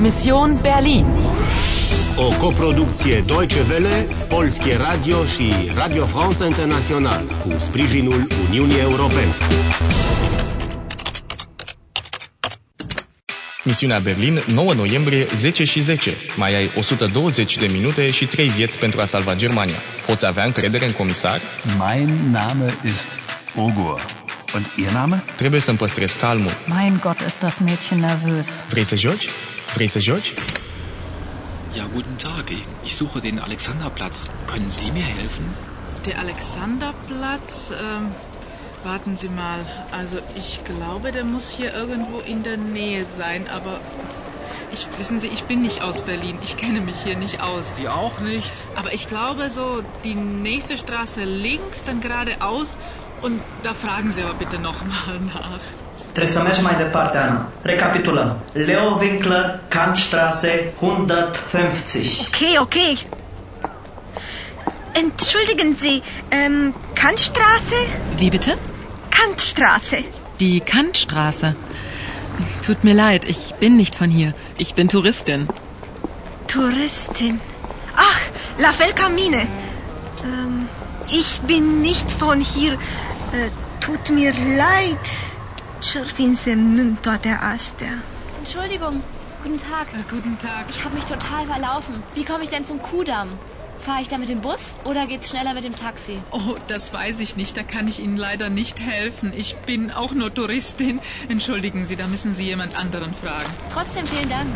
Mission Berlin. O coproducție Deutsche Welle, Polskie Radio și Radio France International cu sprijinul Uniunii Europene. Misiunea Berlin, 9 noiembrie, 10 și 10. Mai ai 120 de minute și 3 vieți pentru a salva Germania. Poți avea încredere în comisar? Mein Name ist Ogur. Und Ihr Name? Trebuie să-mi păstrez calmul. Mein Um Gott, ist das Mädchen nervös. Vrei să joci? Vrei să joci? Ja, guten Tag. Ich suche den Alexanderplatz. Können Sie mir helfen? Der Alexanderplatz, ähm, warten Sie mal. Also ich glaube, der muss hier irgendwo in der Nähe sein, aber ich wissen Sie, ich bin nicht aus Berlin. Ich kenne mich hier nicht aus. Sie auch nicht? Aber ich glaube so die nächste Straße links, dann geradeaus und da fragen Sie aber bitte nochmal nach. Trebuie să mergi mai departe, Ana. Recapitulăm. Leo Winkler, Kantstraße 150. Okay, okay. Entschuldigen Sie, ähm, Kantstraße? Wie bitte? Kantstraße. Die Kantstraße. Tut mir leid, ich bin nicht von hier. Ich bin Touristin. Touristin. Ach, La Felcamine. Ähm, ich bin nicht von hier. Äh, tut mir leid. Ce-ar fi însemnând toate astea? Entschuldigung, guten Tag. Äh, guten Tag. Ich habe mich total verlaufen. Wie komme ich denn zum Kudamm? Fahre ich da mit dem Bus oder geht's schneller mit dem Taxi? Oh, das weiß ich nicht. Da kann ich Ihnen leider nicht helfen. Ich bin auch nur Touristin. Entschuldigen Sie, da müssen Sie jemand anderen fragen. Trotzdem vielen Dank.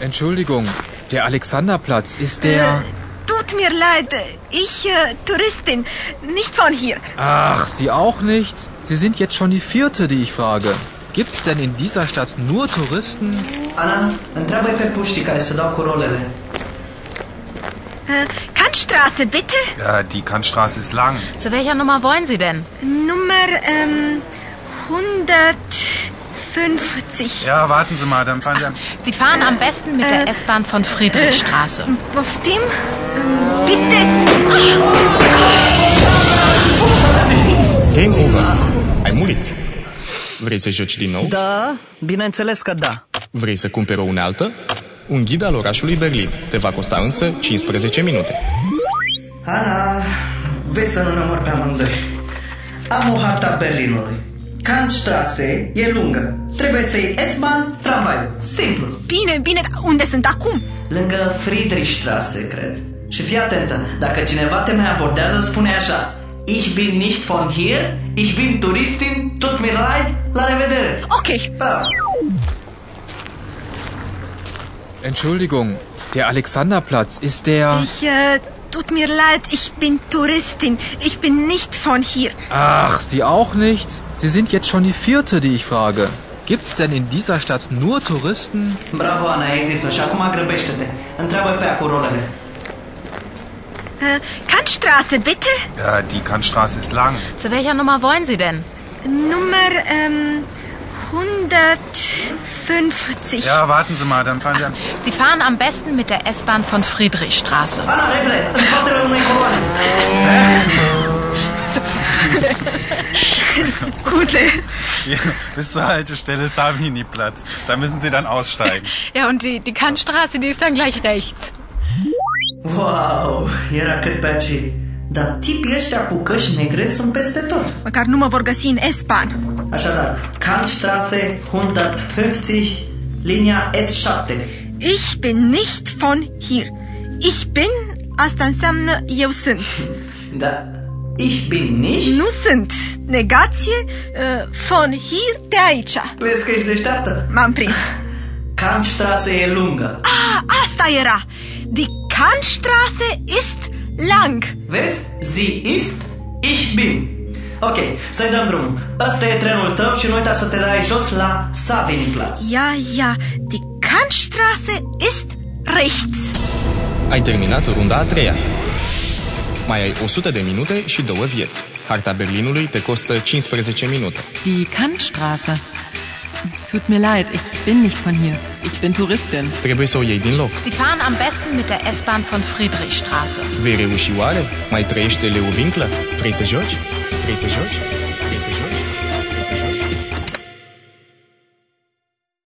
Entschuldigung, der Alexanderplatz ist der. Tut mir leid. Ich, äh, Touristin. Nicht von hier. Äh, Ach, Sie auch nicht? Sie sind jetzt schon die vierte, die ich frage. Gibt's denn in dieser Stadt nur Touristen? Ana, întreabă pe puștii care se dau cu rolele. Äh, Kantstraße, bitte. Ja, die Kantstraße ist lang. Zu welcher Nummer wollen Sie denn? Nummer ähm, 150. Ja, warten Sie mal, dann fahren Sie. am- Sie fahren am besten mit der S-Bahn von Friedrichstraße. Auf dem? Ähm, bitte. Game over. Ai murit. Vrei să joci din nou? Da, bineînțeles că da. Vrei să cumperi o unealtă? Un ghid al orașului Berlin. Te va costa însă 15 minute. Ana, vezi să nu ne mor pe amândoi. Am o harta Berlinului. Kantstraße e lungă. Trebuie să iei S-Bahn, tramvaiul. Simplu. Bine, bine, dar unde sunt acum? Lângă Friedrichstraße, cred. Și fii atentă, dacă cineva te mai abordează, spune așa Ich bin nicht von hier, ich bin Touristin, tut mir leid, la revedere! Ok, Bravo! Entschuldigung, der Alexanderplatz ist der. Ich, äh, tut mir leid, ich bin Touristin. Ich bin nicht von hier. Ach, Sie auch nicht? Sie sind jetzt schon die vierte, die ich frage. Gibt's denn in dieser Stadt nur Touristen? Bravo, Ana, ai zis-o și acum grăbește-te. Întreabă pe ea cu rolele. Äh, Kantstraße, bitte. Ja, die Kantstraße ist lang. Zu welcher Nummer wollen Sie denn? Nummer, ähm, 150. Ja, warten Sie mal, dann fahren Sie. am- Sie fahren am besten mit der S-Bahn von Friedrichstraße. Ana, repede, în spatele unei coloane. Gute. Ja, Bis zur Haltestelle Savini-Platz. Da müssen Sie dann aussteigen. Ja, und die, die Kantstraße, die ist dann gleich rechts. Wow, era cât pe aici. Dar tipii ăștia cu căști negre sunt peste tot. Măcar nu mă vor găsi în S-Bahn. Așadar, Kantstraße 150, linia S7. Ich bin nicht von hier. Ich bin, asta înseamnă eu sunt. Da, ich bin nicht... Nu sunt. Negație, uh, von hier, de aici. Vezi că ești deșteaptă? M-am prins. Kantstraße e lungă. Ah, asta era. Die Kantstraße ist lang. Vezi? Sie ist, ich bin. Ok, să-i dăm drumul. Ăsta e trenul tău și nu uita să te dai jos la Saviniplatz. Ja, ja, die Kantstraße ist rechts. Ai terminat runda a treia. Mai ai 100 de minute și două vieți. Harta Berlinului te costă 15 minute. Die Kantstraße. Tut mir leid, ich bin nicht von hier. Ich bin Touristin. Trebuie să o iei din loc. Sie fahren am besten mit der S-Bahn von Friedrichstraße. Vei reuși oare? Mai trăiește Leu Vinclă? Vrei să joci? Vrei să joci?